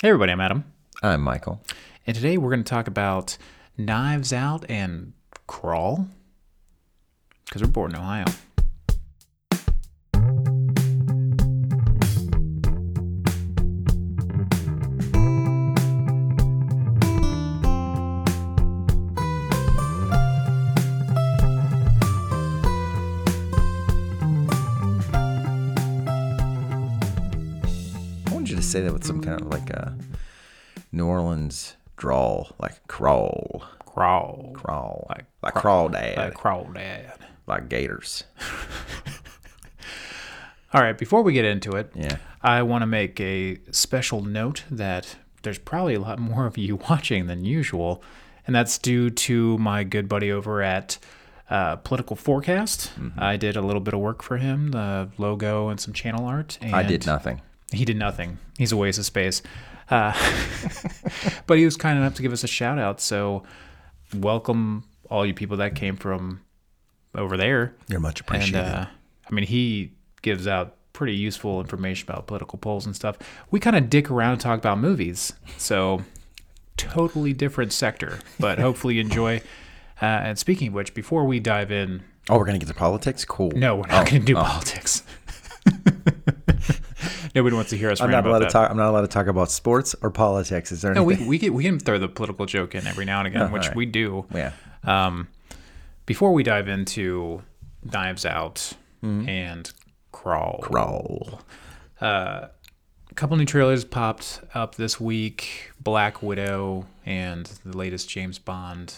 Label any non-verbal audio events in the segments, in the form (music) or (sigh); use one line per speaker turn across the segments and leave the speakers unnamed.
Hey, everybody, I'm Adam.
I'm Michael.
And today we're going to talk about Knives Out and Crawl because we're bored in Ohio.
I wanted you to say that with some kind of like a New Orleans drawl, like crawl,
Crawl.
crawl,
Like
like, crawl dad,
Uh,
like,
crawl, Dad.
gators.
All right, before we get into it,
Yeah.
I want to make a special note that there's probably a lot more of you (laughs) watching than usual, and that's due to my good buddy over at uh, Political Forecast. I did a little bit of work for him, the logo and some channel art. And
I did nothing.
He did nothing. He's a waste of space. Uh, (laughs) but he was kind enough to give us a shout out. So, welcome all you people that came from over there.
You're much
And uh, I mean, he gives out pretty useful information about political polls and stuff. We kind of dick around and talk about movies, so totally different sector, but hopefully you enjoy. Uh, and speaking of which, before we dive in,
oh, we're gonna get to politics. Cool.
no, we're
Oh,
not going to do politics. (laughs) Nobody wants to hear us.
I'm
rant
not
about
allowed
that.
to talk. I'm not allowed to talk about sports or politics. Is there
No, we (laughs)
anything?
we, get, we can throw the political joke in every now and again, which
right.
we do.
yeah.
Um, before we dive into Knives Out and Crawl,
Crawl.
a couple new trailers popped up this week Black Widow and the latest James Bond,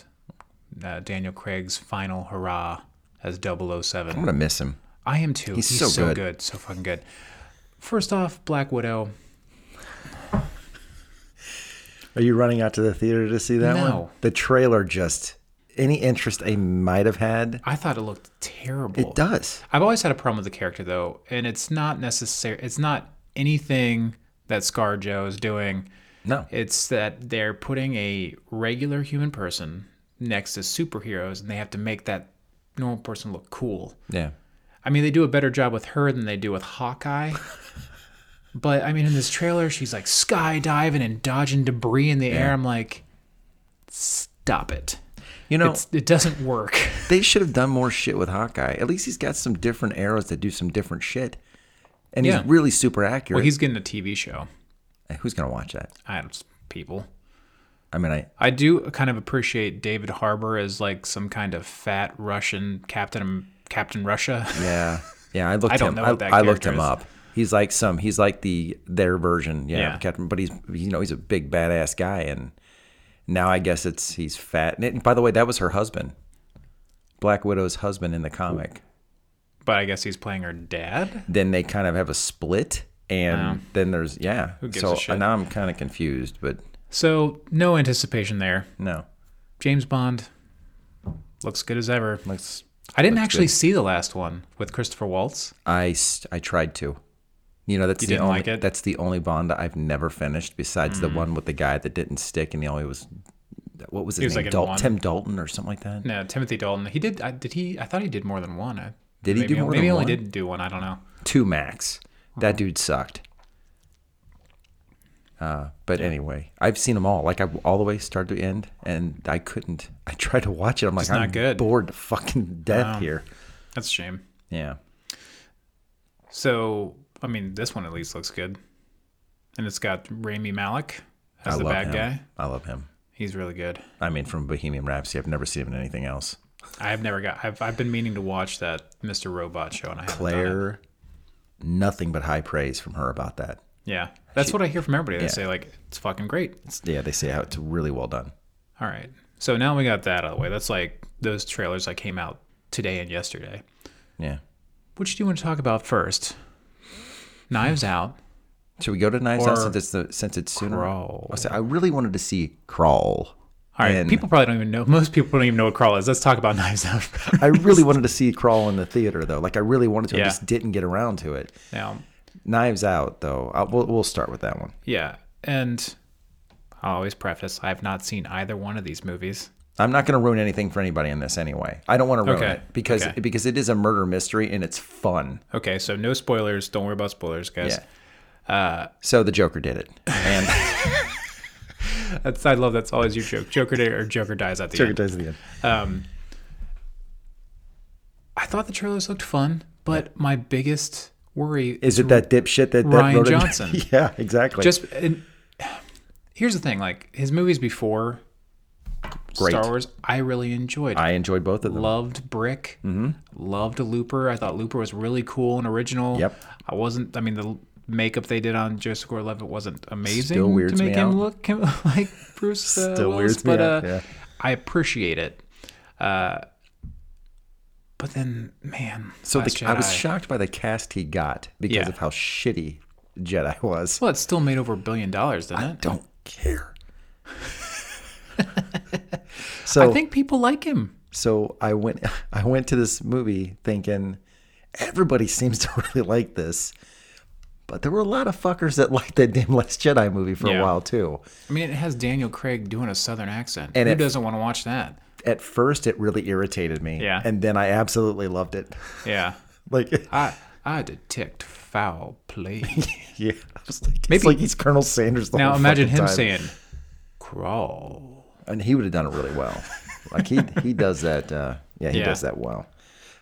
uh, Daniel Craig's final hurrah as 007.
I'm gonna miss him.
I am too. He's, so,
so
good.
good.
So fucking good. First off, Black Widow.
Are you running out to the theater to see that
No.
one? The trailer just any interest I might have had.
I thought it looked terrible.
It does.
I've always had a problem with the character though, and it's not necessary. It's not anything that ScarJo is doing.
No.
It's that they're putting a regular human person next to superheroes, and they have to make that normal person look cool.
Yeah.
I mean, they do a better job with her than they do with Hawkeye. but I mean, in this trailer, she's like skydiving and dodging debris in the air. I'm like, stop it.
You know,
It's, it doesn't work. (laughs)
They should have done more shit with Hawkeye. At least he's got some different arrows that do some different shit. And
Yeah.
he's really super accurate.
Well, he's getting a TV show.
Who's going to watch that?
I don't people.
I mean, I
I do kind of appreciate David Harbour as like some kind of fat Russian Captain Captain Russia. (laughs)
yeah. Yeah, I looked
I don't
him
know
I,
what that
I looked
character
him
is.
up. He's like some he's like the their version, yeah,
Yeah.
of Captain, but he's you know, he's a big badass guy and now I guess it's he's fat. And it- by the way, that was her husband. Black Widow's husband in the comic.
But I guess he's playing her dad.
Then they kind of have a split and then there's yeah. Who
gives
so
a shit?
now I'm kind of confused, but
So no anticipation there.
no.
James Bond looks good as ever.
Let's
I didn't actually see the last one with Christopher Waltz.
I s- I tried to. You know, that's the
didn't
only
like it? Mm.
that's the only Bond that I've never finished besides the one with the guy that didn't stick and he only was what was his
was
name?
like in
Dal-
one. Mm.
Tim Dalton or something like that.
No, Timothy Dalton. He did. I, did he? I thought he did more than one. I,
Did he
maybe,
do more
Maybe
than
he only
one?
did do one. I don't know.
Two max. That dude sucked. Uh, but anyway, I've seen them all, like I all the way start to end, and I couldn't. I (laughs) tried to watch it. I'm like,
not
I'm
good.
bored to fucking death here.
That's a shame.
Yeah,
So I mean, this one at least looks good, and it's got Rami Malek as
I
the
love
bad
him.
guy.
I love him.
He's really good.
I mean, from Bohemian Rhapsody, I've never seen him in anything else.
I've never got. I've, I've been meaning to watch that Mr. Robot show, and I haven't done it.
Claire, nothing but high praise from her about that.
Yeah, that's what I hear from everybody. They say like it's fucking great.
It's- yeah, they say how it's really well done.
All right, so now we got that out of the way. That's like those trailers that came out today and yesterday.
Yeah.
Which do you want to talk about first? Knives Out.
Should we go to Knives Out
Or
since it's, the, since it's sooner?
Crawl.
I, said, I really wanted to see Crawl.
All right,
And
people probably don't even know. Most people don't even know what crawl is. Let's talk about (laughs) Knives Out.
(laughs) I really wanted to see Crawl in the theater, though. Like, I really wanted to.
Yeah.
I just didn't get around to it.
now,
Knives Out, though. i we'll, we'll start with that one.
yeah, and I'll always preface: I have not seen either one of these movies.
I'm not going to ruin anything for anybody in this anyway. I don't want to ruin
Okay.
it because
Okay.
because it is a murder mystery and it's fun.
Okay, so no spoilers. Don't worry about spoilers, guys.
Yeah. So the Joker did it, and
That's I love that's always your joke. Joker di- or (laughs) Joker dies at the
Joker
end.
dies at the end.
Um, I thought the trailers looked fun, but my biggest worry
Is it that dipshit that, that
Ryan
wrote it?
Johnson.
(laughs) yeah, exactly.
just and here's the thing like his movies before
Great.
Star Wars I really enjoyed.
I enjoyed both of them.
loved Brick,
Mm-hmm.
loved Looper. I thought Looper was really cool and original.
Yep.
I wasn't. I mean, the makeup they did on Joseph Gordon-Levitt wasn't amazing.
Still weirds
to make
me
him
out.
look (laughs) him- like Bruce. Uh,
Still
Willis,
weirds me
but,
out,
Uh,
yeah.
I appreciate it. Uh, but then, man,
So the,
Last
I was
Jedi.
shocked by the cast he got because
Yeah.
of how shitty Jedi was.
Well, it still made over a billion dollars, didn't it?
Don't
(laughs)
care. so
I think people like him.
so I went (laughs) I went to this movie thinking everybody seems (laughs) to really like this, but there were a lot of fuckers that (laughs) liked that damn Last Jedi movie for
Yeah.
a while too.
I mean, it has Daniel Craig doing a southern accent.
And
Who
it-
doesn't want to watch that?
At first, it really irritated me,
Yeah.
and then I absolutely loved it. (laughs)
Yeah.
Like,
I I detect foul play.
(laughs) yeah, I was like, it's
Maybe-
like he's Colonel Sanders. The
Now
whole
imagine
fucking
him
time.
saying, "Crawl."
and he would have done it really well. Like he he does that. Uh, yeah, he
Yeah.
does that well.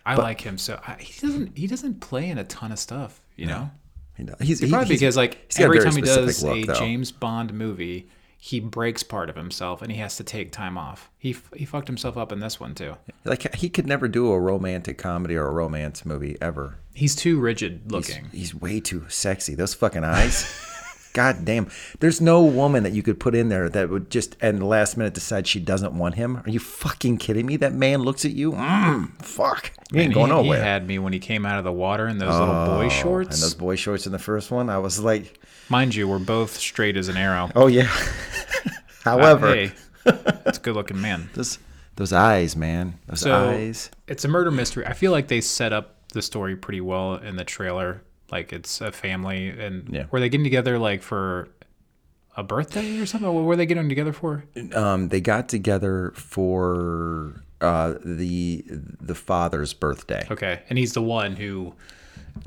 I like him so. I, he doesn't. He doesn't play in a ton of stuff, you know.
He does. He's, he,
Probably
he's-
because like
he's got a
every
very
time he
specific
does
look,
a
though.
James Bond movie, he breaks part of himself and he has to take time off. He f- he fucked himself up in this one too.
like he could never do a romantic comedy or a romance movie ever.
He's too rigid
He's,
looking.
he's way too sexy. Those fucking eyes. (laughs) God damn. There's no woman that you could put in there that would just at the last minute decide she doesn't want him. Are you fucking kidding me? That man looks at you. Mm, fuck. You ain't
And
going
he, he
nowhere. Oh,
had me when he came out of the water in those little boy shorts.
and those boy shorts in the first one, I was like,
Mind you, we're both straight as an arrow.
oh yeah. (laughs) However,
Uh,
(laughs)
Hey, that's a good looking man.
Those those eyes, man. Those
So
eyes.
it's a murder mystery. I feel like they set up the story pretty well in the trailer. Like it's a family, and
Yeah.
were they getting together like for a birthday or something? What were they getting together for?
Um, they got together for uh, the the father's birthday.
Okay, and he's the one who,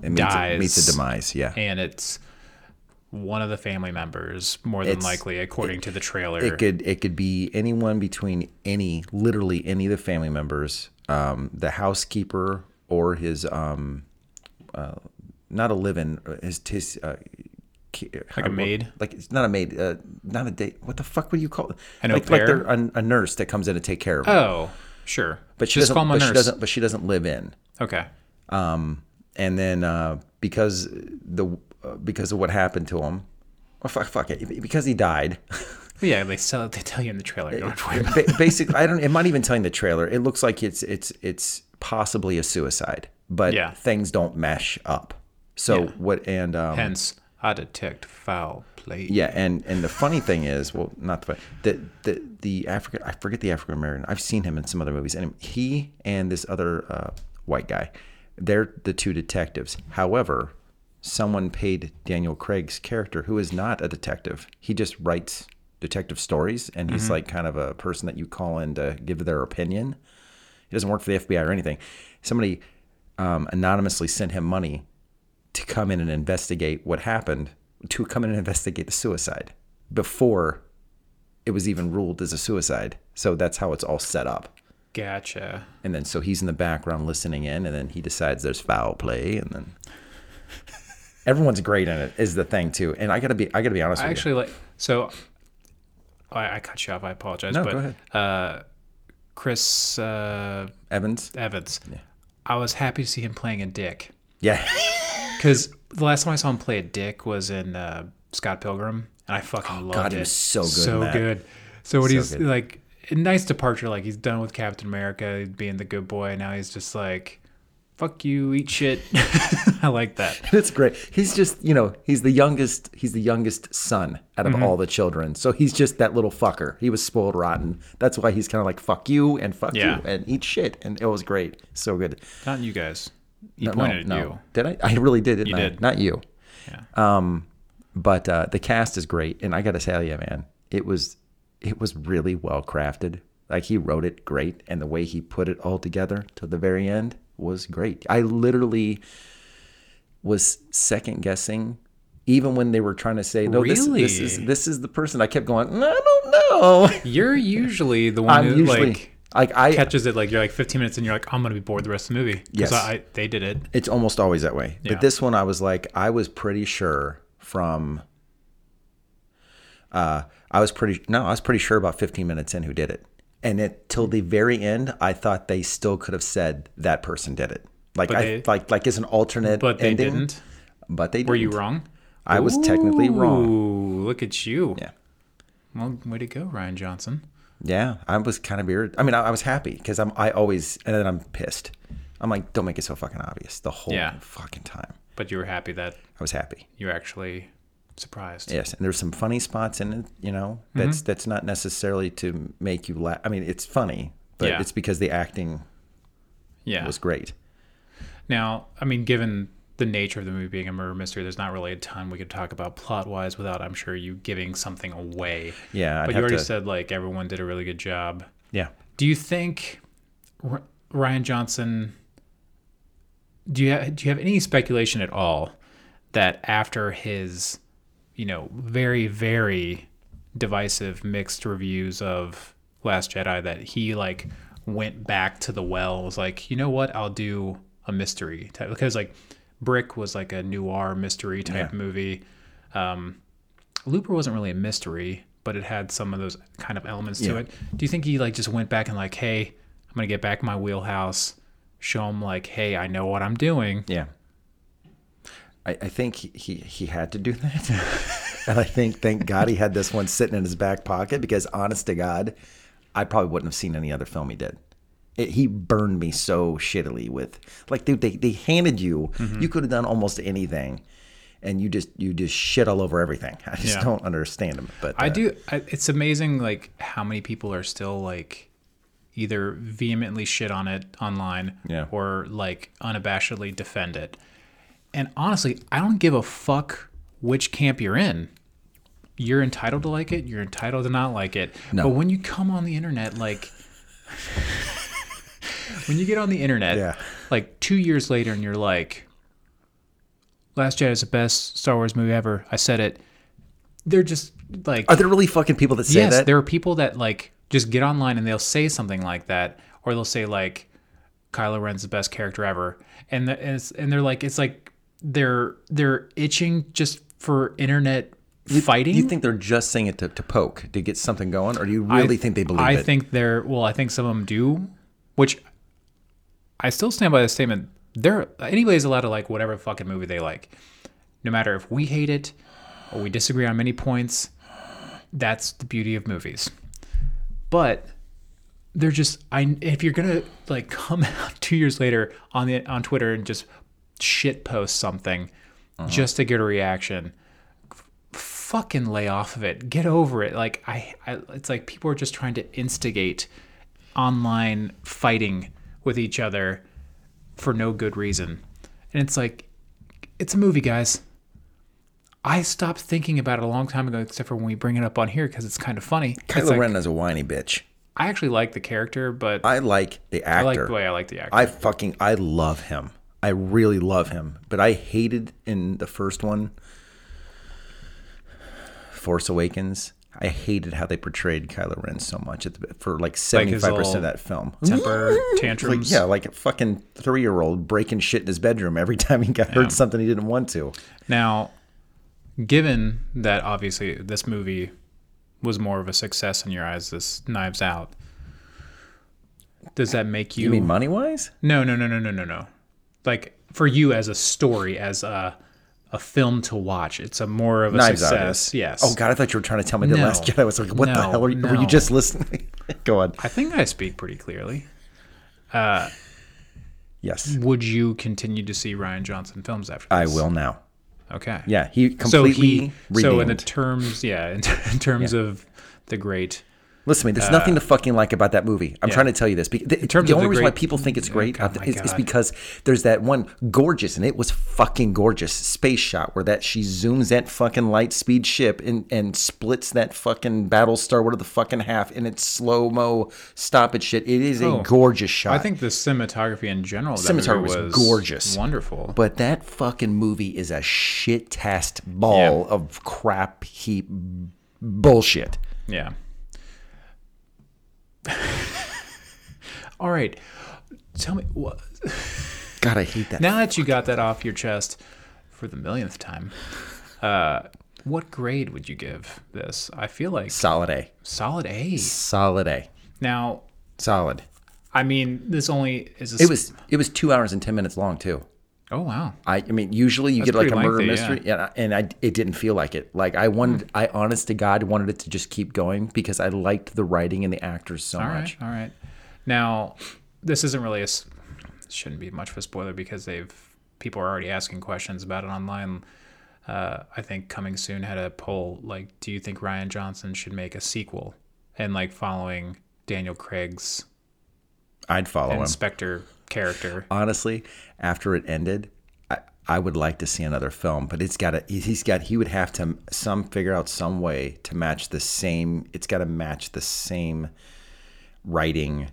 It meets,
Dies.
meets a demise. Yeah,
and it's one of the family members, more than
It's-
likely, according to the trailer.
it could it could be anyone between any literally any of the family members, um, the housekeeper or his um, uh, not a live-in his his. Uh, ki- uh,
Like a maid?
like it's not a maid, uh, not a date. What the fuck would you call it?
An au
like, like
pair?
they're a, a nurse that comes in to take care of. him.
oh, sure,
but she
just
doesn't.
call my
but
nurse.
she doesn't. But she doesn't live in.
Okay,
and then uh, because the uh, because of what happened to him, oh, fuck, fuck it, because he died. (laughs)
But yeah, they sell. They tell you in the trailer. You don't have to worry about
ba- basically, I don't. It might even tell you in the trailer. It looks like it's it's it's possibly a suicide, but
Yeah.
things don't mesh up. So what? And um,
Hence, I detect foul play.
yeah, and and the funny thing is, well, not the funny, the the the African. I forget the African American. I've seen him in some other movies. Anyway, he and this other uh, white guy, they're the two detectives. However, someone paid Daniel Craig's character, who is not a detective. He just writes detective stories, and he's like kind of a person that you call in to give their opinion. He doesn't work for the FBI or anything. Somebody um, anonymously sent him money to come in and investigate what happened, to come in and investigate the suicide before it was even ruled as a suicide. So that's how it's all set up.
Gotcha.
And then so he's in the background listening in, and then he decides there's foul play, and then (laughs) everyone's great in it is the thing too. And I gotta be, I gotta be honest
I
with
actually like so. I, I cut you off. I apologize.
No,
but,
go ahead.
Uh, Chris uh,
you, Evans.
Evans. I was happy to see him playing a dick
Yeah,
because the last time I saw him play a dick was in uh, Scott Pilgrim, and I fucking loved
Oh, God,
it.
he was so good in
So
that.
good. So when he's
good.
like, a nice departure. Like he's done with Captain America being the good boy. Now he's just like, fuck you, eat shit. (laughs) I like that.
(laughs) it's great. He's just, you know, he's the youngest. He's the youngest son out of all the children. So he's just that little fucker. He was spoiled rotten. That's why he's kind of like fuck you and fuck
Yeah.
you and eat shit. And it was great. So good.
Not you guys. He
No, no,
pointed
no.
at you.
Did I? I really did. Didn't
You
I?
did.
Not you. Um, but uh, the cast is great, and I got to tell you, man, it was it was really well crafted. Like he wrote it great, and the way he put it all together to the very end was great. I literally was second guessing even when they were trying to say no, this, this is
Really?
this is the person. I kept going, "No, I don't know.
You're usually the one
I'm
who
usually
like
like I.
catches it. Like you're like 15 minutes and you're like, I'm gonna be bored the rest of the movie. 'Cause
Yes.
I, I they did it.
it's almost always that way.
Yeah.
But this one, I was like, I was pretty sure from. Uh, I was pretty no, I was pretty sure about 15 minutes in who did it, and it till the very end, I thought they still could have said that person did it. Like I
they-
like like as an alternate,
But they
ending,
didn't.
But they didn't.
Were you wrong?
I was technically wrong.
Ooh, look at you.
Yeah.
Well, way to go, Ryan Johnson.
Yeah, I was kind of weird. I mean, I, I was happy because I'm I always and then I'm pissed. I'm like, don't make it so fucking obvious the whole
Yeah.
fucking time.
But you were happy that
I was happy.
you're actually surprised.
Yes, and there's some funny spots in it. You know,
Mm-hmm.
that's that's not necessarily to make you laugh. I mean, it's funny, but
Yeah.
it's because the acting
Yeah.
was great.
Now, I mean, given the nature of the movie being a murder mystery, there's not really a ton we could talk about plot wise without, I'm sure, you giving something away.
Yeah, I'd
but you
have
already
to-
said, like, everyone did a really good job.
Yeah,
Do you think R- Ryan Johnson? Do you ha- do you have any speculation at all that after his, you know, very very divisive mixed reviews of Last Jedi that he like went back to the well was like, you know what, I'll do a mystery type because like Brick was like a noir mystery type movie. Looper wasn't really a mystery, but it had some of those kind of elements to
Yeah.
it. Do you think he like just went back and like, hey, I'm gonna get back in my wheelhouse, show him like, hey, I know what I'm doing.
yeah. I, I think he, he he had to do that, (laughs) and I think thank God he had this one sitting in his back pocket because honest to God, I probably wouldn't have seen any other film he did. It, he burned me so shittily with like dude they, they handed you
Mm-hmm.
you could have done almost anything and you just you just shit all over everything i just
Yeah.
don't understand him but
I
uh,
do. I, it's amazing like how many people are still like either vehemently shit on it online
Yeah.
or like unabashedly defend it. And honestly, I don't give a fuck which camp you're in. You're entitled to like it. You're entitled to not like it.
No.
But when you come on the internet, like (laughs) when you get on the internet,
Yeah.
like two years later, and you're like, "Last Jedi is the best Star Wars movie ever." I said it. They're just like
Are there really fucking people that say
yes,
that?
there are people that like just get online and they'll say something like that, or they'll say like Kylo Ren's the best character ever, and the, and, it's, and they're like it's like they're they're itching just for internet fighting.
Do you think they're just saying it to, to poke to get something going, or do you really think they believe
I
it?
think they're well. I think some of them do, which I still stand by the statement. They're anybody's allowed to like whatever fucking movie they like, no matter if we hate it or we disagree on many points. That's the beauty of movies. But they're just I if you're gonna like (laughs) come out two years later on the on Twitter and just shit post something just to get a reaction fucking lay off of it. Get over it. Like I, I it's like people are just trying to instigate online fighting with each other for no good reason. And it's like it's a movie, guys. I stopped thinking about it a long time ago, except for when we bring it up on here because it's kind of funny. It's
Kylo
like,
Ren is a whiny bitch.
I actually like the character, but I,
I like the
like
actor.
the way I like the
(laughs)
actor.
I fucking I love him. I really love him. But I hated in the first one Force Awakens. I hated how they portrayed Kylo Ren so much at the, for like seventy
his
five percent
little
of that film.
Temper
Like,
tantrums.
yeah, like a fucking three year old breaking shit in his bedroom every time he got heard something he didn't want to.
Now, given that obviously this movie was more of a success in your eyes, this Knives Out, does that make you?
You mean money wise?
no, no, no, no, no, no, no. Like for you as a story, as a a film to watch, it's a more of a
Knives Out
success.
is.
Yes.
Oh God, I thought you were trying to tell me the
No.
last Jedi. I was like, what the
No,
hell are you, were
no.
you just listening? (laughs) Go on.
I think I speak pretty clearly.
Yes,
Would you continue to see Ryan Johnson films after
I
this?
will now.
Okay.
Yeah, he
So
completely
he. So (laughs) in the
redeemed.
terms, yeah, in, in terms of the great
Listen to me. There's nothing to fucking like about that movie.
uh,
I'm
yeah.
trying to tell you this. Because the,
terms
the
of
only
the
reason why
great- Oh
people think it's great
God, my
is, is
God.
because there's that one gorgeous, and it was fucking gorgeous space shot where that she zooms that fucking light speed ship and and splits that fucking Battlestar what are the fucking half, and it's slow mo stop it shit. It is
Oh.
a gorgeous shot.
I think the cinematography in general of that movie
Cinematography was
was
gorgeous.
wonderful.
But that fucking movie is a shit tast ball of crap heap bullshit.
Yeah. All right. Tell me what
God, I hate that.
now that you got that off your chest for the millionth time. Uh, what grade would you give this? I feel like
Solid A.
solid A.
Solid A.
Now,
Solid.
I mean, this only is a
It
s-
was it was two hours and ten minutes long too.
Oh wow.
I, I mean, usually you get like a
pretty
murder
lengthy, Hmm.
mystery, yeah. and I it didn't feel like it. Like I wanted, I honest to God wanted it to just keep going because I liked the writing and the actors so
All
much.
right. All right. Now, this isn't really a s- shouldn't be much of a spoiler because they've people are already asking questions about it online. Uh, I think coming soon had a poll like, do you think Ryan Johnson should make a sequel and like following Daniel Craig's
I'd follow him
Inspector character?
honestly. After it ended, I, I would like to see another film, but it's got to he's got he would have to some figure out some way to match the same. It's got to match the same writing.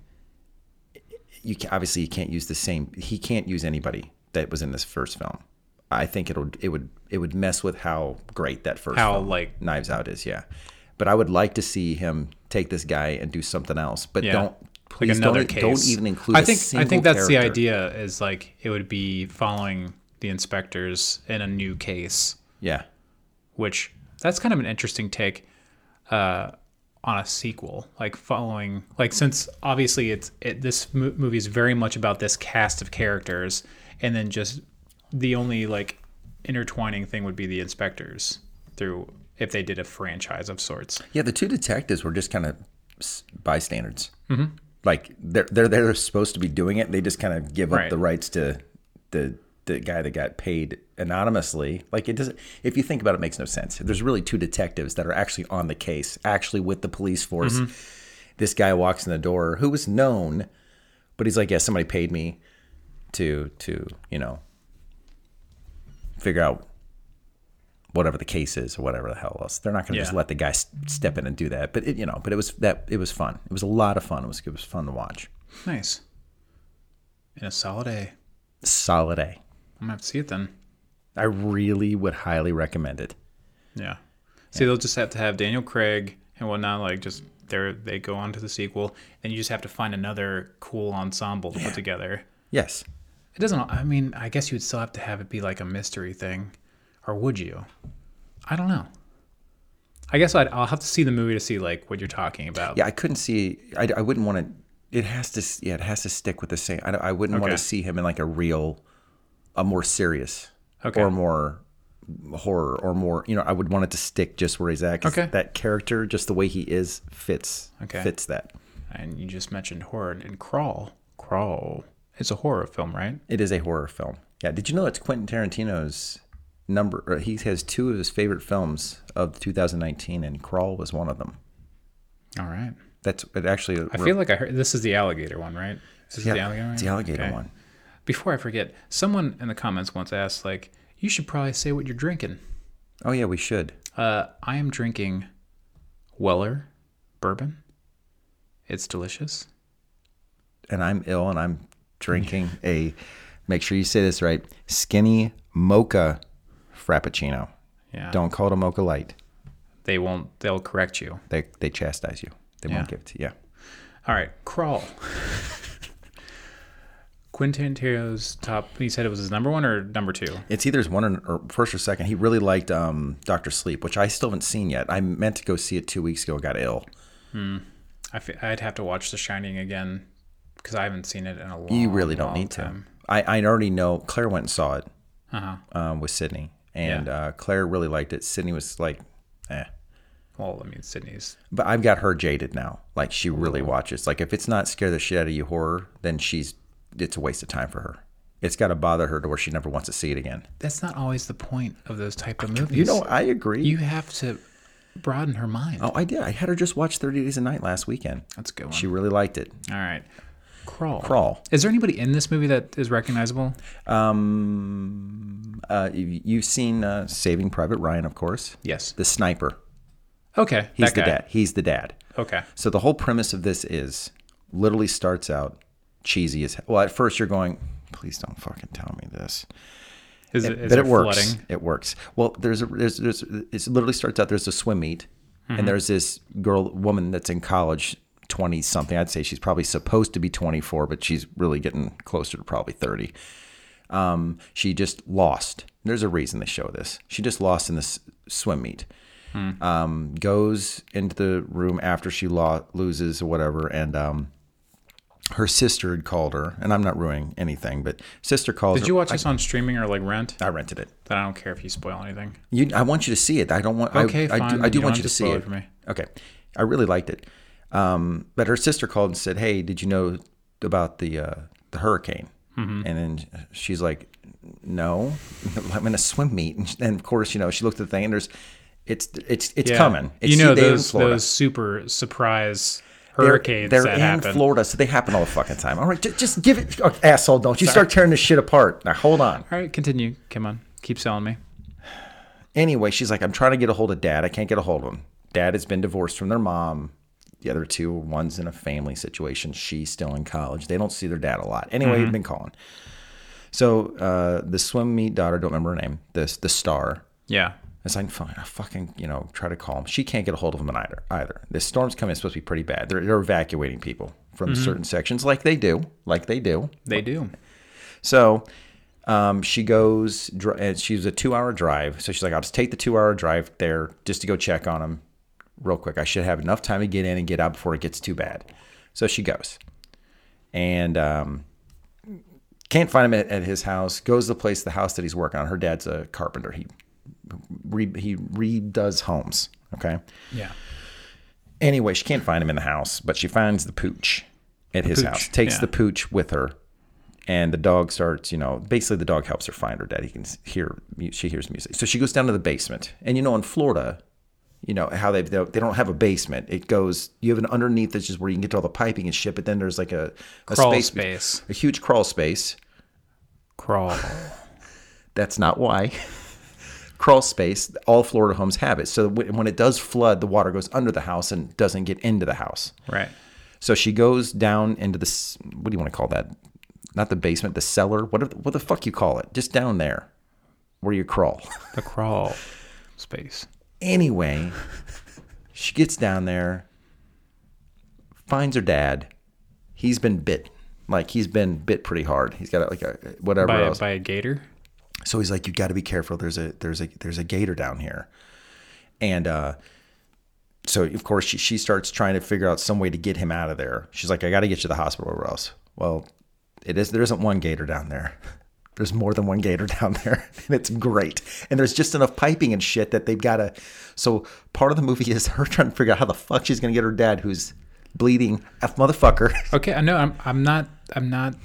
You can, obviously you can't use the same. He can't use anybody that was in this first film. I think it'll it would it would mess with how great that first
How
film,
like-
Knives Out is. Yeah, but I would like to see him take this guy and do something else. But
Yeah.
don't.
Like
Please
another
don't,
case.
don't even include.
I
a
think I
single
think that's the
character.
idea is like it would be following the inspectors in a new case.
Yeah,
which that's kind of an interesting take uh, on a sequel, like following, like since obviously it's it, this mo- movie is very much about this cast of characters, and then just the only like intertwining thing would be the inspectors through if they did a franchise of sorts.
Yeah, the two detectives were just kind of s- bystanders. Mm-hmm. Like they're they're they're supposed to be doing it. They just kind of give
Right.
up the rights to the the guy that got paid anonymously. Like it doesn't. If you think about it, it makes no sense. There's really two detectives that are actually on the case, actually with the police force. This guy walks in the door who was known, but he's like, "Yeah, somebody paid me to to you know figure out." Whatever the case is, or whatever the hell else, they're not going to just
Yeah.
let the guy s- step in and do that. But it, you know, but it was that it was fun. It was a lot of fun. It was it was fun to watch.
Nice. In a solid A.
Solid A.
I'm gonna have to see it then.
I really would highly recommend it.
Yeah. See, they'll just have to have Daniel Craig and whatnot, like just there they go on to the sequel, and you just have to find another cool ensemble to put together.
Yes.
It doesn't. I mean, I guess you would still have to have it be like a mystery thing, or would you? I don't know. I guess I'd, I'll have to see the movie to see like what you're talking about.
Yeah, I couldn't see. I, I wouldn't want to. It has to. s- Yeah, it has to stick with the same. I, don't- I wouldn't want
Okay.
to see him in like a real, a more serious,
Okay.
or more horror or more. You know, I would want it to stick just where he's at. 'cause
Okay.
That character, just the way he is, fits.
Okay.
Fits that.
And you just mentioned horror and Crawl. Crawl. It's a horror film, right?
It is a horror film. Yeah. Did you know that's Quentin Tarantino's number? Or he has two of his favorite films of 2019, and Crawl was one of them.
All right.
That's it. Actually,
I feel like I heard this is the alligator one, right? This is the alligator.
it's the alligator
Okay.
one.
Before I forget, someone in the comments once asked, like, you should probably say what you're drinking.
Oh yeah, we should.
Uh, I am drinking Weller bourbon. It's delicious.
and I'm ill and I'm drinking a make sure you say this right skinny mocha frappuccino.
Yeah.
Don't call it a mocha light.
They won't. They'll correct you.
They they chastise you. They
Yeah.
won't give it to you. Yeah.
All right, crawl. (laughs) Quentin Tarantino's top. He said it was his number one or number two.
It's either his one or, or first or second. He really liked um, Doctor Sleep, which I still haven't seen yet. I meant to go see it two weeks ago. Got ill.
I f- I'd have to watch The Shining again because I haven't seen it in a Oh, long.
You really don't need to. I, I already know Claire went and saw it
Uh huh.
um, with Sydney, and uh, Claire really liked it. Sydney was like, eh.
Well, I mean, Sydney's.
But I've got her jaded now. Like she really watches. Like if it's not scare the shit out of you horror, then she's it's a waste of time for her. It's got to bother her to where she never wants to see it again.
That's not always the point of those type of movies.
You know, I agree.
you have to broaden her mind.
Oh, I did. I had her just watch 30 Days a Night last weekend.
That's a good one.
She really liked it.
All right. Crawl.
Crawl.
Is there anybody in this movie that is recognizable?
Um, uh, you- you've seen uh, Saving Private Ryan, of course.
Yes.
The sniper.
Okay.
He's
that
the
guy.
dad. He's the dad.
Okay.
So the whole premise of this is literally starts out cheesy as well. At first, you're going, please don't fucking tell me this.
Is it, is
but
it,
it works.
flooding?
It works. Well, there's a there's there's it literally starts out there's a swim meet,
Mm-hmm.
and there's this girl woman that's in college, twenty something. I'd say she's probably supposed to be twenty four, but she's really getting closer to probably thirty. Um, she just lost. There's a reason they show this. She just lost in this swim meet.
Hmm.
Um, goes into the room after she lo- loses or whatever, and um, her sister had called her. And I'm not ruining anything, but sister calls.
Did
her.
you watch this on streaming or like rent?
I rented it.
Then I don't care if you spoil anything.
You, I want you to see it. I don't want.
Okay,
I,
fine,
I do, I
then
do
you
want
don't have
you to
to
see
spoil it
it
for me.
Okay, I really liked it. Um, but her sister called and said, "Hey, did you know about the uh, the hurricane?"
Mm-hmm.
And then she's like, "No, (laughs) I'm in a swim meet." And, and of course, you know, she looked at the thing and there's, it's it's it's
Yeah.
coming. It's
you know
they in
those
Florida.
those super surprise
They're-
hurricanes
They're,
that
in
happen.
Florida, so they happen all the fucking time. All right, just, just give it, oh, asshole! Don't you start tearing this shit apart. Now hold on.
All right, continue. Come on, keep selling me.
Anyway, she's like, I'm trying to get a hold of dad. I can't get a hold of him. Dad has been divorced from their mom. The other two, one's in a family situation. She's still in college. They don't see their dad a lot. Anyway, they've been calling. So uh, the swim meet daughter, don't remember her name, this the star.
Yeah.
It's like, fine, I fucking, you know, try to call him. She can't get a hold of him either. Either the storm's coming. It's supposed to be pretty bad. They're, they're evacuating people from certain sections, like they do, like they do.
They do.
So um, she goes, dr- and she's a two hour drive. So she's like, I'll just take the two hour drive there just to go check on him real quick. I should have enough time to get in and get out before it gets too bad. So she goes and um, can't find him at, at his house. Goes to the place, the house that he's working on. Her dad's a carpenter. He re, he redoes homes. Okay.
Yeah.
Anyway, she can't find him in the house, but she finds the pooch at his
pooch,
house. Takes
yeah.
the pooch with her, and the dog starts. You know, basically the dog helps her find her dad. He can s- hear mu- she hears music, so she goes down to the basement. And you know, in Florida, you know how they they they don't have a basement. It goes you have an underneath that's just where you can get to all the piping and shit. But then there's like a, a
Crawl
space,
space.
a huge crawl space.
Crawl.
That's not why. (laughs) crawl space. All Florida homes have it. So w- when it does flood, the water goes under the house and doesn't get into the house.
right.
So she goes down into the s- what do you want to call that? Not the basement, the cellar. What what the fuck you call it? Just down there, where you crawl. (laughs)
The crawl space.
anyway, she gets down there, finds her dad. He's been bit, like he's been bit pretty hard. He's got like a whatever
By,
else.
by a gator.
So he's like, "You got to be careful. There's a there's a there's a gator down here," and uh, so of course she she starts trying to figure out some way to get him out of there. She's like, "I got to get you to the hospital or else." Well, it is there isn't one gator down there. (laughs) There's more than one gator (laughs) down there, and it's great. And there's just enough piping and shit that they've got to. So part of the movie (laughs) is her trying to figure out how the fuck she's gonna get her dad, who's bleeding, f motherfucker.
Okay. I know. I'm. I'm not. I'm not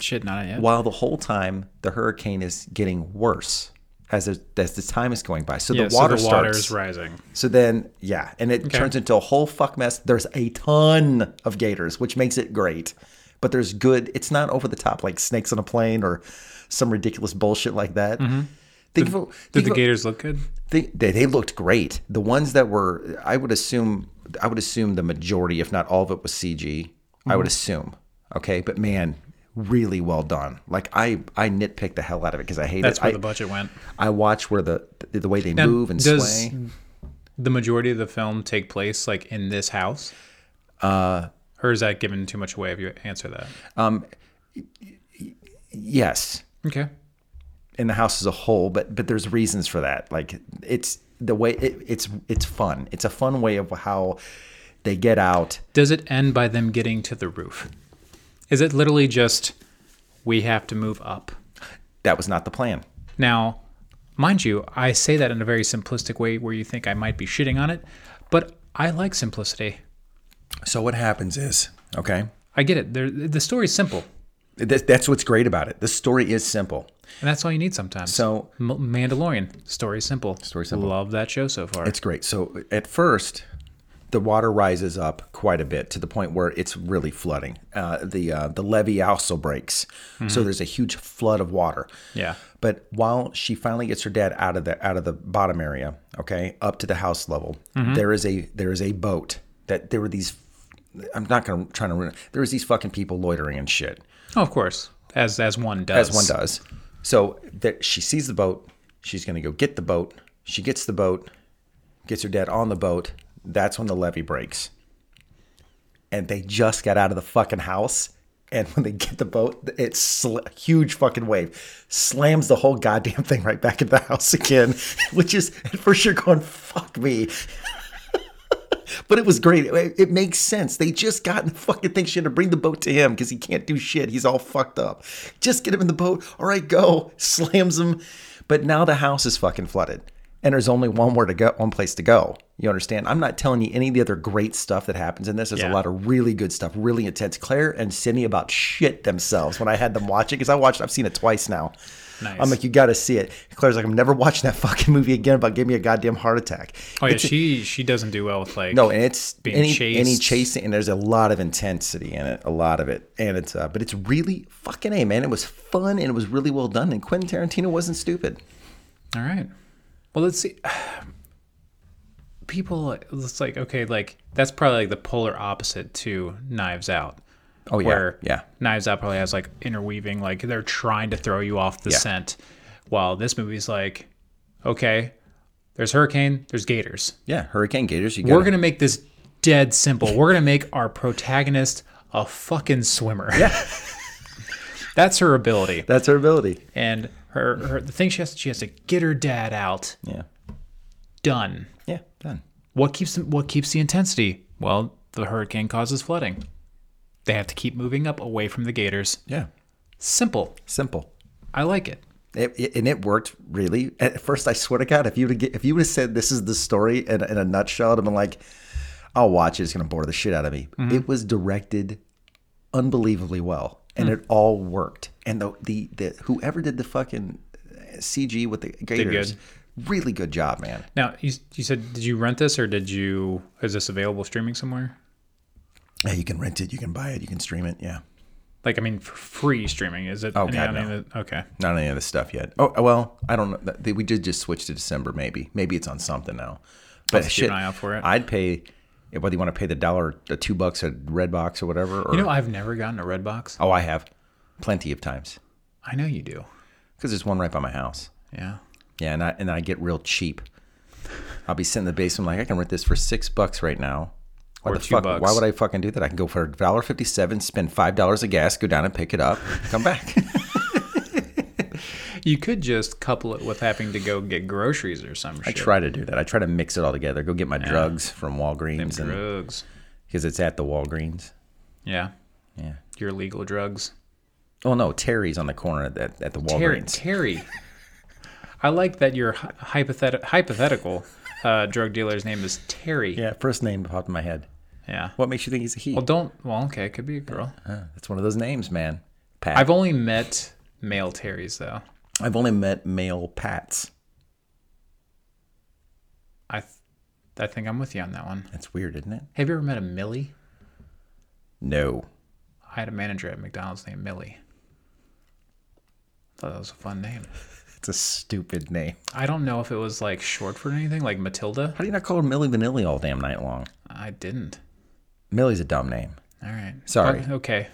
shitting on it yet.
while the whole time the hurricane is getting worse as it, as the time is going by. So
Yeah,
the water
so the water
starts.
is rising.
So then, yeah, and it turns into a whole fuck mess. There's a ton of gators, which makes it great. But there's good. It's not over the top like snakes on a plane or some ridiculous bullshit like that. Think of,
Did
think
Mm-hmm. the
of-
gators look good?
they, they they looked great. The ones that were, I would assume, I would assume the majority, if not all of it, was CG. I would assume. Okay, but man, really well done. Like I I nitpick the hell out of it because I hate
That's
it.
where
I,
the budget went.
I watch where the the way they
Now,
move and
does
sway.
the majority of the film take place like in this house? Uh, or is that giving too much away if you answer that?
Yes,
Okay.
in the house as a whole, but but there's reasons for that. Like it's the way it, it's it's fun. It's a fun way of how they get out.
Does it end by them getting to the roof? Is it literally just we have to move up?
That was not the plan.
Now, mind you, I say that in a very simplistic way where you think I might be shitting on it, but I like simplicity.
So what happens is okay.
I get it. There, the story's simple.
That, that's what's great about it. The story is simple.
And that's all you need sometimes.
So-
M- Mandalorian story simple.
Story simple.
Love that show so far.
It's great. So at first, the water rises up quite a bit to the point where it's really flooding. Uh, the uh, the levee also breaks, so there's a huge flood of water.
yeah.
But while she finally gets her dad out of the out of the bottom area, okay, up to the house level, there is a there is a boat that there were these. I'm not gonna trying to ruin. It. There was these fucking people loitering and shit
Oh, of course. As as one does.
as one does. So there, she sees the boat. She's going to go get the boat. She gets the boat, gets her dad on the boat. That's when the levee breaks. And they just got out of the fucking house. And when they get the boat, it's sl- huge fucking wave slams the whole goddamn thing right back into the house again, (laughs) which is at first you're going fuck me, but it was great. It, it makes sense. They just got in the fucking thing. She had to bring the boat to him because he can't do shit. He's all fucked up. Just get him in the boat. All right, go. (laughs) Slams him. But now the house is fucking flooded. And there's only one where to go, one place to go. You understand? I'm not telling you any of the other great stuff that happens in this. There's
Yeah.
a lot of really good stuff, really intense. Claire and Sydney about shit themselves when I had them watch it because I watched, I've seen it twice now.
Nice.
I'm like, you got to see it. Claire's like, I'm never watching that (laughs) fucking movie again. About gave me a goddamn heart attack.
Oh yeah,
It's-
she she doesn't do well with like
no, Oh, and it's
being
any
chased.
any chasing, and there's a lot of intensity in it, a lot of it, and it's uh, but it's really fucking a man. It was fun and it was really well done, and Quentin Tarantino wasn't stupid.
All right. Well, let's see. (sighs) People, it's like okay, like that's probably like the polar opposite to Knives Out.
Oh, yeah.
where
Yeah.
Knives Out probably has like interweaving, like they're trying to throw you off the
Yeah.
scent, while this movie's like, okay, there's hurricane, there's gators.
Yeah, Hurricane Gators, you
We're
got
gonna make this dead simple. We're gonna make our protagonist a fucking swimmer. Yeah, (laughs) that's her ability,
that's her ability.
and her, her the thing she has she has to get her dad out.
Yeah,
Done.
yeah, done.
What keeps what keeps the intensity? Well, the hurricane causes flooding. They have to keep moving up away from the gators.
Yeah,
Simple.
simple.
I like it.
It, it- and it worked really. At first, I swear to God, if you would if you would have said this is the story in, in a nutshell, I'd have been like, I'll watch it. It's gonna bore the shit out of me. It was directed unbelievably well, and it all worked. And the, the the whoever did the fucking CG with the Gators, really good job, man.
Now, you, you said did you rent this or did you is this available streaming somewhere?
Yeah, you can rent it, you can buy it, you can stream it. Yeah,
Like I mean for free streaming is it? Oh
God,
okay.
not any of the stuff yet. Oh well, I don't know. That- they- We did just switch to December, maybe. Maybe it's on something now. But
keep
shit,
an eye out for it.
I'd pay whether you want to pay the dollar, the two bucks at Redbox or whatever. Or,
You know I've never gotten a red box.
oh, I have plenty of times
I know you do.
because there's one right by my house.
Yeah.
Yeah, and I and I get real cheap. I'll be sitting in the basement like I can rent this for six bucks right now. Why
Or
the
two
fuck?
bucks.
Why would I fucking do that? I can go for a dollar fifty seven, spend five dollars of gas, go down and pick it up, come back. (laughs)
You could just couple it with having to go get groceries or some
I
shit.
try to do that. I try to mix it all together. Go get my drugs from Walgreens and
drugs.
because it's at the Walgreens.
Yeah.
Yeah.
Your legal drugs.
Oh no, Terry's on the corner at the, at the
Terry.
Walgreens.
Terry. I like that your hy- hypothet- hypothetical uh, drug dealer's name is Terry.
Yeah, first name popped in my head.
Yeah.
What makes you think he's a he?
Well, don't. Well, okay, it could be a girl.
Huh, that's one of those names, man. Pat.
I've
I've,
only met male Terrys though.
only met male Pats.
I, th- I think I'm with you on that one.
That's weird, isn't it?
Have you ever met a Millie?
No.
I had a manager at McDonald's named Millie. Thought that was a fun name.
It's a stupid name.
I don't know if it was like short for anything, like Matilda.
How do you not call her Millie Vanilli all damn night long?
I didn't.
Millie's a dumb name.
All right.
Sorry.
Fuck- okay.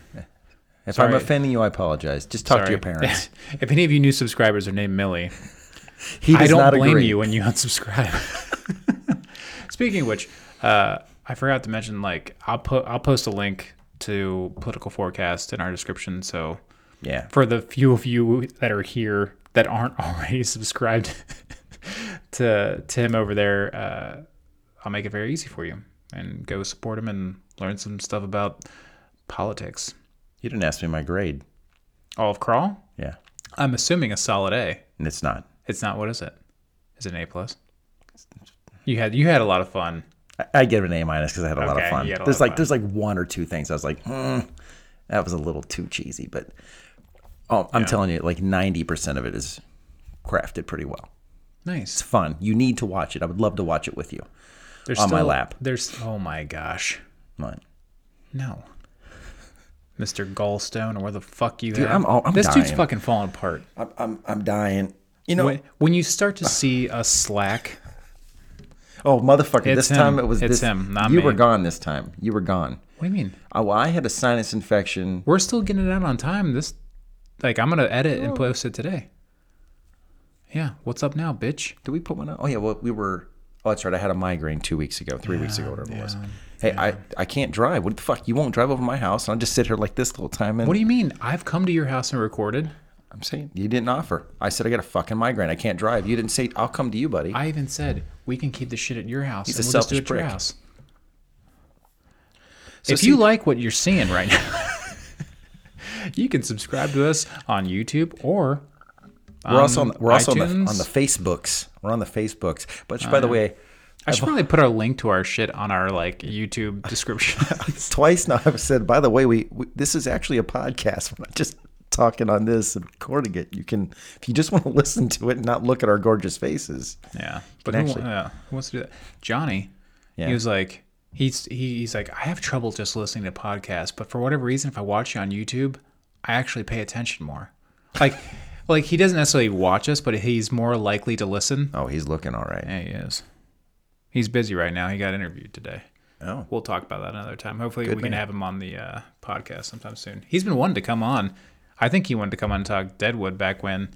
If
Sorry.
I'm offending you, I apologize. Just talk
(laughs)
to your
Sorry.
parents.
if any of you new subscribers are named Millie,
He
I
does
don't
not
blame
agree.
you when you (laughs) unsubscribe. Speaking of which, uh, I forgot to mention. Like, I'll put I'll post a link to political forecast in our description. So
Yeah.
for the few of you that are here that aren't (laughs) already subscribed (laughs) to to him over there, uh, I'll make it very easy for you and go support him and learn some stuff about politics.
You didn't ask me my grade.
All of crawl.
Yeah.
I'm assuming a solid A.
And it's not.
It's not. What is it? Is it an A plus? You had you had a lot of fun.
I, I give it an A minus because I had a lot of
Okay,
fun.
you had a lot
There's
of
like "Hmm,
fun.
there's like one or two things I was like, mm, that was a little too cheesy, but Oh, I'm telling you, like 90% of it is crafted pretty well.
Nice.
It's fun. You need to watch it. I would love to watch it with you.
There's
on my lap.
There's oh my gosh.
Mine.
No. Mr. Gallstone, or where the fuck you have.
I'm all- I'm
this dude's
dying.
fucking falling apart.
I'm, I'm, I'm dying. You know,
When, when you start to see us slack,
oh motherfucker!
It's
This time
him.
it was
It's
this.
him, not
you
me.
were gone this time. You were gone.
what do you mean?
Oh, well, I had a sinus infection.
We're still getting it out on time. This, like, I'm gonna edit and post it today. Yeah. What's up now, bitch?
Did we put one out? Oh yeah. Well, we were. Oh, that's right. I had a migraine two weeks ago, three weeks ago, whatever it was. Hey, I, I can't drive. What the fuck? You won't drive over my house, and I'll just sit here like this the whole time. And
What do you mean? I've come to your house and recorded.
I'm saying you didn't offer. I said I got a fucking migraine. I can't drive. You didn't say I'll come to you, buddy.
I even said we can keep the shit at your house.
He's
and
a
we'll just do it
selfish
at your
prick.
house.
So
if
see-
you like what you're seeing right now, (laughs) you can subscribe to us on YouTube or
we're also on, we're also on the,
iTunes.
on the Facebooks. We're on the Facebooks. But by the way,
I should probably put our link to our shit on our like YouTube
(laughs)
description.
(laughs) twice now I've said. By the way, we, we this is actually a podcast. (laughs) We're not just talking on this and recording it. You can if you just want to (laughs) listen to it and not look at our gorgeous faces.
yeah, but
can
who,
actually-
yeah, who wants to do that? Johnny,
Yeah.
he was like, he's he, he's like, I have trouble just listening to podcasts, but for whatever reason, if I watch you on YouTube, I actually pay attention more. Like, (laughs) like he doesn't necessarily watch us, but he's more likely to listen.
Oh, he's looking all right.
Yeah, he is. He's busy right now. He got interviewed today.
Oh,
We'll talk about that another time. Hopefully, we can have him on the uh, podcast sometime soon. He's been wanting to come on. I think he wanted to come on and talk Deadwood back when,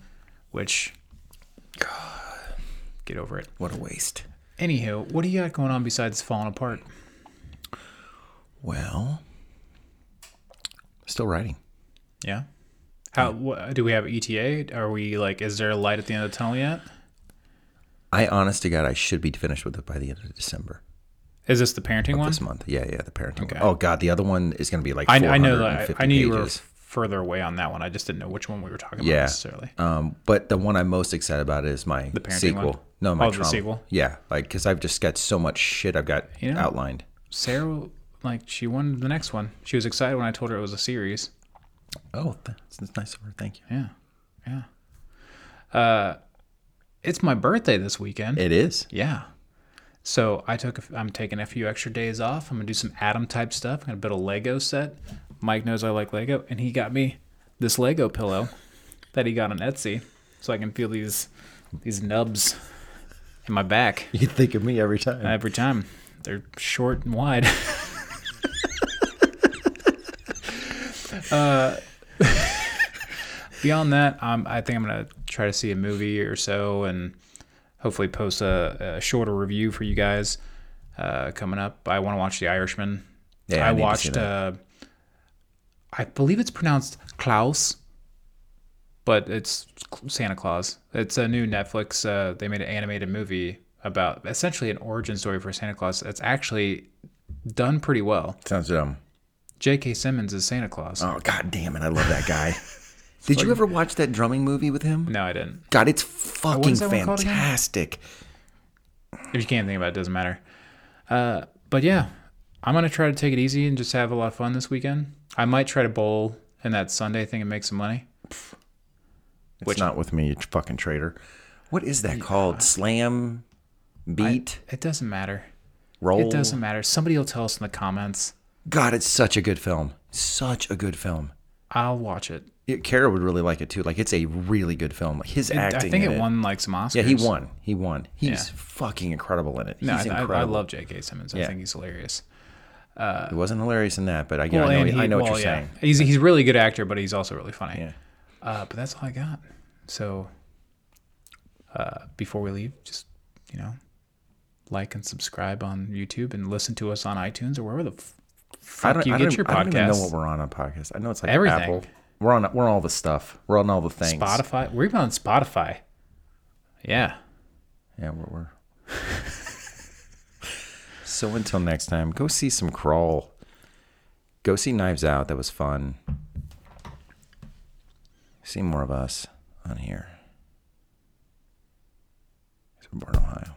which, God, get over it.
what a waste.
Anywho, what do you got going on besides falling apart?
Well, still writing.
Yeah. How wha- do we have ETA? Are we like? Is there a light at the end of the tunnel yet?
I honest to God, I should be finished with it by the end of December
Is this the parenting one?
this month. Yeah, yeah, the parenting. one. Oh God, the other one is going to be like
I,
four
I know
hundred
that.
and
I,
fifty
I knew you were
pages.
further away on that one. I just didn't know which one we were talking about
Yeah.
necessarily.
Um, but the one I'm most excited about is my
parenting
sequel.
one?
No, my
Oh, the
trauma.
sequel?
Yeah, like because I've just got so much shit I've got
You know-
outlined.
Sarah, like, she wanted the next one. She was excited when I told her it was a series.
Oh, that's, that's nice of her. Thank you.
Yeah. Yeah. Uh, it's my birthday this weekend.
It is.
yeah. So I took, a, I'm taking a few extra days off. I'm gonna do some Atom type stuff. I'm gonna build a Lego set. Mike knows I like Lego, and he got me this Lego pillow that he got on Etsy, so I can feel these these nubs in my back
You think of me every time.
every time. They're short and wide. (laughs) uh, Uh, (laughs) beyond that, um, I think I'm gonna try to see a movie or so, and hopefully post a, a shorter review for you guys uh, coming up. I want to watch The Irishman.
Yeah, I
I,
need to see
watched. Uh, I believe it's pronounced Klaus, but it's Santa Claus. It's a new Netflix. Uh, they made an animated movie about essentially an origin story for Santa Claus. That's actually done pretty well.
Sounds dumb.
J.K. Simmons is Santa Claus.
Oh God damn it! I love
(laughs)
that guy. Did you ever watch that drumming movie with him?
No, I didn't.
God, it's fucking
that one called again?
fantastic.
If you can't think about it, it doesn't matter. Uh, but yeah, I'm gonna try to take it easy and just have a lot of fun this weekend. I might try to bowl in that Sunday thing and make some money.
It's not with me, you fucking traitor. What is that called? Slam, beat,
It doesn't matter.
roll.
It doesn't matter. Somebody will tell us in the comments.
God, it's such a good film. Such a good film.
I'll watch it.
Yeah, Kara would really like it too. Like it's a really good film. Like his acting.
I think
in
it won like some Oscars.
Yeah, he won. He won. He's
Yeah.
fucking incredible in it.
No,
He's
I, I-
incredible.
I love J.K. Simmons. I
Yeah.
think he's hilarious.
It wasn't hilarious in that, but I, yeah, I know,
and he-
I know what
well,
you're
yeah.
saying.
He's he's a really good actor, but he's also really funny.
Yeah.
Uh, but that's all I got. So uh, before we leave, just you know, like and subscribe on YouTube and listen to us on iTunes or wherever the f-
I
fuck
don't,
you
I
get
don't-
your
I don't even know what
podcast.
we're on on podcast. I know it's like
Everything.
Apple. We're on. We're on all the stuff. We're on all the things.
Spotify. We're even on Spotify. Yeah.
Yeah, we're. we're... so until next time, go see some crawl. Go see Knives Out. That was fun. See more of us on here. We're born in Ohio.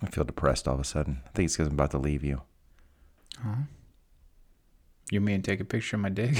I feel depressed all of a sudden. I think it's because I'm about to leave you.
You mean take a picture of my dick?